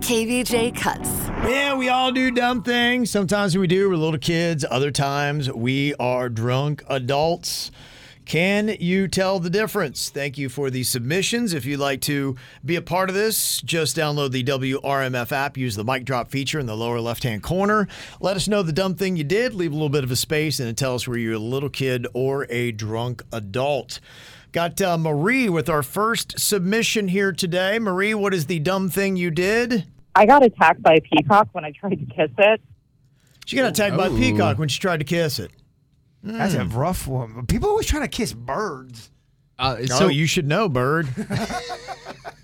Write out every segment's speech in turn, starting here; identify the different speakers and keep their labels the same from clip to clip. Speaker 1: KVJ cuts.
Speaker 2: Yeah, we all do dumb things. Sometimes we do. We're little kids. Other times we are drunk adults. Can you tell the difference? Thank you for the submissions. If you'd like to be a part of this, just download the WRMF app, use the mic drop feature in the lower left hand corner. Let us know the dumb thing you did, leave a little bit of a space, and tell us where you're a little kid or a drunk adult. Got uh, Marie with our first submission here today. Marie, what is the dumb thing you did?
Speaker 3: I got attacked by a peacock when I tried to kiss it.
Speaker 2: She got attacked by a peacock when she tried to kiss it.
Speaker 4: That's
Speaker 2: Mm.
Speaker 4: a rough one. People always trying to kiss birds.
Speaker 5: Uh,
Speaker 2: So
Speaker 5: so
Speaker 2: you should know, bird.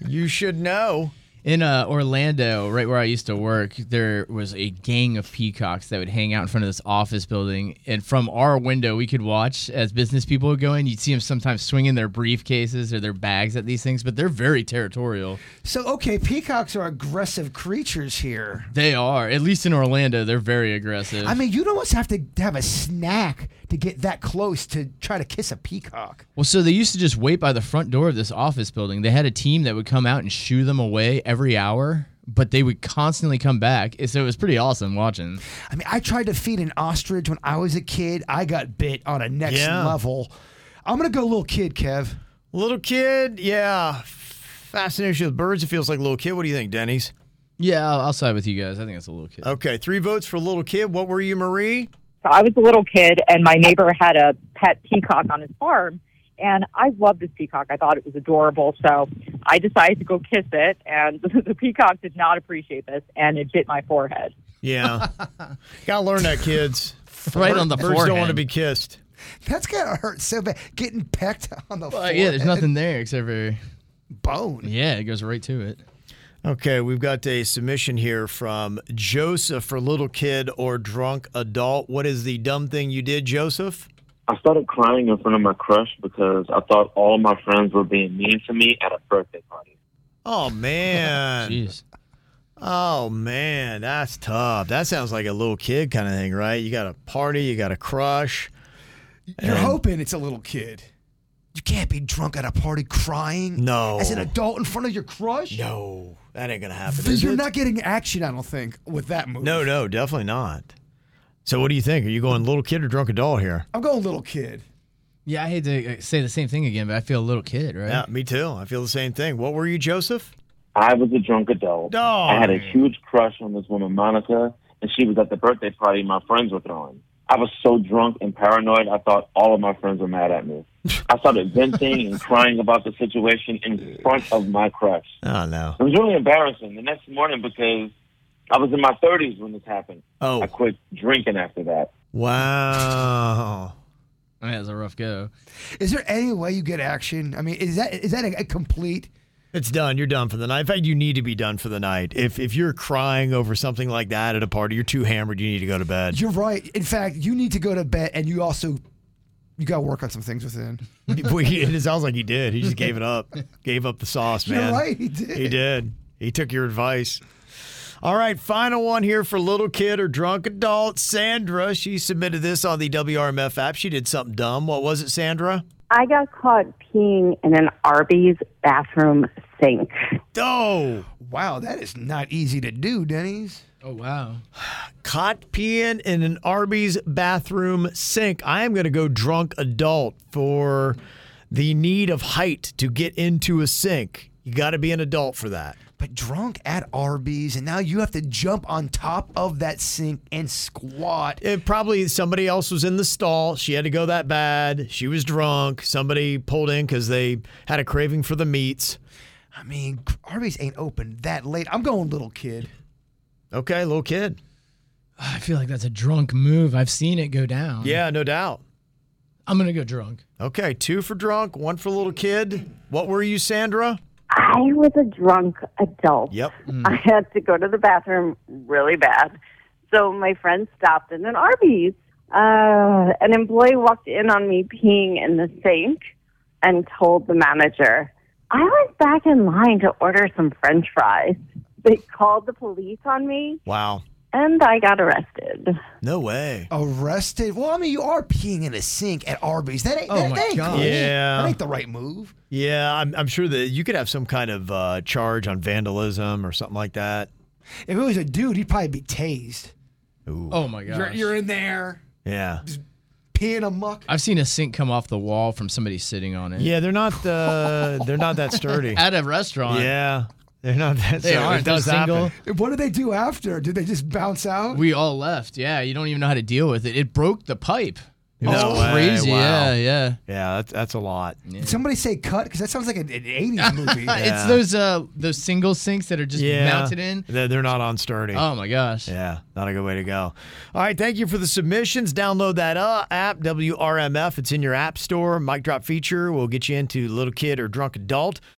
Speaker 2: you should know.
Speaker 5: in uh, Orlando, right where I used to work, there was a gang of peacocks that would hang out in front of this office building, and from our window we could watch as business people would go in. You'd see them sometimes swinging their briefcases or their bags at these things, but they're very territorial.
Speaker 4: So okay, peacocks are aggressive creatures here.
Speaker 5: They are, at least in Orlando, they're very aggressive.
Speaker 4: I mean, you'd almost have to have a snack to get that close to try to kiss a peacock.
Speaker 5: Well, so they used to just wait by the front door of this office building. They had a team that would come out and shoo them away every hour, but they would constantly come back. So it was pretty awesome watching.
Speaker 4: I mean, I tried to feed an ostrich when I was a kid. I got bit on a next
Speaker 2: Yeah.
Speaker 4: level. I'm gonna go little kid, Kev.
Speaker 2: Little kid, yeah. Fascination with birds, it feels like little kid. What do you think, Denny's?
Speaker 5: Yeah, I'll, I'll side with you guys. I think it's a little kid.
Speaker 2: Okay, three votes for little kid. What were you, Marie?
Speaker 3: So I was a little kid, and my neighbor had a pet peacock on his farm, and I loved this peacock. I thought it was adorable, so I decided to go kiss it, and the peacock did not appreciate this, and it bit my forehead.
Speaker 2: Yeah. Gotta learn that, kids.
Speaker 5: Right on the
Speaker 2: Birds don't want to
Speaker 5: forehead.
Speaker 2: be kissed.
Speaker 4: That's gotta hurt so bad. Getting pecked on the
Speaker 5: Uh,
Speaker 4: forehead.
Speaker 5: yeah, there's nothing there except for
Speaker 4: bone.
Speaker 5: yeah, it goes right to it.
Speaker 2: Okay, we've got a submission here from Joseph for little kid or drunk adult. What is the dumb thing you did, Joseph?
Speaker 6: I started crying in front of my crush because I thought all my friends were being mean to me at a birthday party.
Speaker 2: Oh, man.
Speaker 5: Jeez.
Speaker 2: Oh man, that's tough. That sounds like a little kid kind of thing, right? You got a party, you got a crush.
Speaker 4: You're hoping it's a little kid. You can't be drunk at a party crying.
Speaker 2: No.
Speaker 4: As an adult in front of your crush.
Speaker 2: No, that ain't gonna happen.
Speaker 4: But
Speaker 2: is
Speaker 4: you're
Speaker 2: it?
Speaker 4: not getting action, I don't think, with that move.
Speaker 2: No, no, definitely not. So what do you think? Are you going little kid or drunk adult here?
Speaker 4: I'm going little kid.
Speaker 5: Yeah, I hate to uh, say the same thing again, but I feel a little kid, right?
Speaker 2: Yeah, me too. I feel the same thing. What were you, Joseph?
Speaker 6: I was a drunk adult.
Speaker 2: No.
Speaker 6: I had a huge crush on this woman, Monica, and she was at the birthday party my friends were throwing. I was so drunk and paranoid, I thought all of my friends were mad at me. I started venting and crying about the situation in front of my crush.
Speaker 2: Oh no.
Speaker 6: It was really embarrassing the next morning because I was in my 30s when this happened.
Speaker 2: Oh
Speaker 6: I quit drinking after that.
Speaker 2: wow.
Speaker 5: I mean, that was a rough go.
Speaker 4: Is there any way you get action? I mean, is that is that a, a complete?
Speaker 2: It's done. You're done for the night. In fact, you need to be done for the night. If if you're crying over something like that at a party, you're too hammered. You need to go to bed.
Speaker 4: You're right. In fact, you need to go to bed, and you also you got to work on some things within.
Speaker 2: it sounds like he did. He just gave it up. Gave up the sauce, man.
Speaker 4: You're right. He did.
Speaker 2: He did. He took your advice. All right, final one here for little kid or drunk adult. Sandra, she submitted this on the WRMF app. She did something dumb. What was it, Sandra?
Speaker 7: I got caught peeing in an Arby's bathroom sink.
Speaker 2: Oh,
Speaker 4: Wow, that is not easy to do, Denny's.
Speaker 5: Oh wow.
Speaker 2: caught peeing in an Arby's bathroom sink. I am going to go drunk adult for the need of height to get into a sink. You got to be an adult for that.
Speaker 4: But drunk at Arby's, and now you have to jump on top of that sink and squat.
Speaker 2: It probably somebody else was in the stall. She had to go that bad. She was drunk. Somebody pulled in because they had a craving for the meats.
Speaker 4: I mean, Arby's ain't open that late. I'm going little kid.
Speaker 2: Okay, little kid.
Speaker 5: I feel like that's a drunk move. I've seen it go down.
Speaker 2: Yeah, no doubt.
Speaker 5: I'm gonna go drunk.
Speaker 2: Okay, two for drunk, one for little kid. What were you, Sandra?
Speaker 7: I was a drunk adult.
Speaker 2: Yep.
Speaker 7: I had to go to the bathroom really bad. So my friend stopped in an Arby's. Uh, an employee walked in on me peeing in the sink and told the manager. I went back in line to order some french fries. They called the police on me
Speaker 2: Wow.
Speaker 7: and I got arrested.
Speaker 2: No way.
Speaker 4: Arrested? Well, I mean, you are peeing in a sink at Arby's. That ain't.
Speaker 5: Oh
Speaker 4: that,
Speaker 5: my
Speaker 4: that ain't
Speaker 5: God.
Speaker 4: cool.
Speaker 2: Yeah.
Speaker 4: That ain't the right move.
Speaker 2: Yeah, I'm, I'm sure that you could have some kind of uh, charge on vandalism or something like that.
Speaker 8: If it was a dude, he'd probably be tased.
Speaker 5: Oh my gosh.
Speaker 8: You're, you're in there
Speaker 2: Yeah.
Speaker 8: peeing a muck.
Speaker 5: I've seen a sink come off the wall from somebody sitting on it.
Speaker 2: Yeah, they're not uh, they're not that sturdy.
Speaker 5: At a restaurant.
Speaker 2: yeah, they're not that.
Speaker 5: They
Speaker 2: sturdy.
Speaker 5: aren't.
Speaker 2: It does
Speaker 5: They're
Speaker 2: happen.
Speaker 5: single.
Speaker 8: What do they do after? Did they just bounce out?
Speaker 5: We all left. Yeah. You don't even know how to deal with it. It broke the pipe. It was
Speaker 2: No way,
Speaker 5: crazy.
Speaker 2: wow.
Speaker 5: Yeah. Yeah.
Speaker 2: Yeah, that's that's a lot.
Speaker 8: Did somebody say cut? Because that sounds like an, an 80s movie.
Speaker 5: Uh, It's those uh those single sinks that are just
Speaker 2: Yeah,
Speaker 5: mounted in.
Speaker 2: They're, they're not on sturdy.
Speaker 5: Oh my gosh.
Speaker 2: Yeah, not a good way to go. All right, thank you for the submissions. Download that uh, app, WRMF. It's in your app store. Mic drop feature will get you into little kid or drunk adult.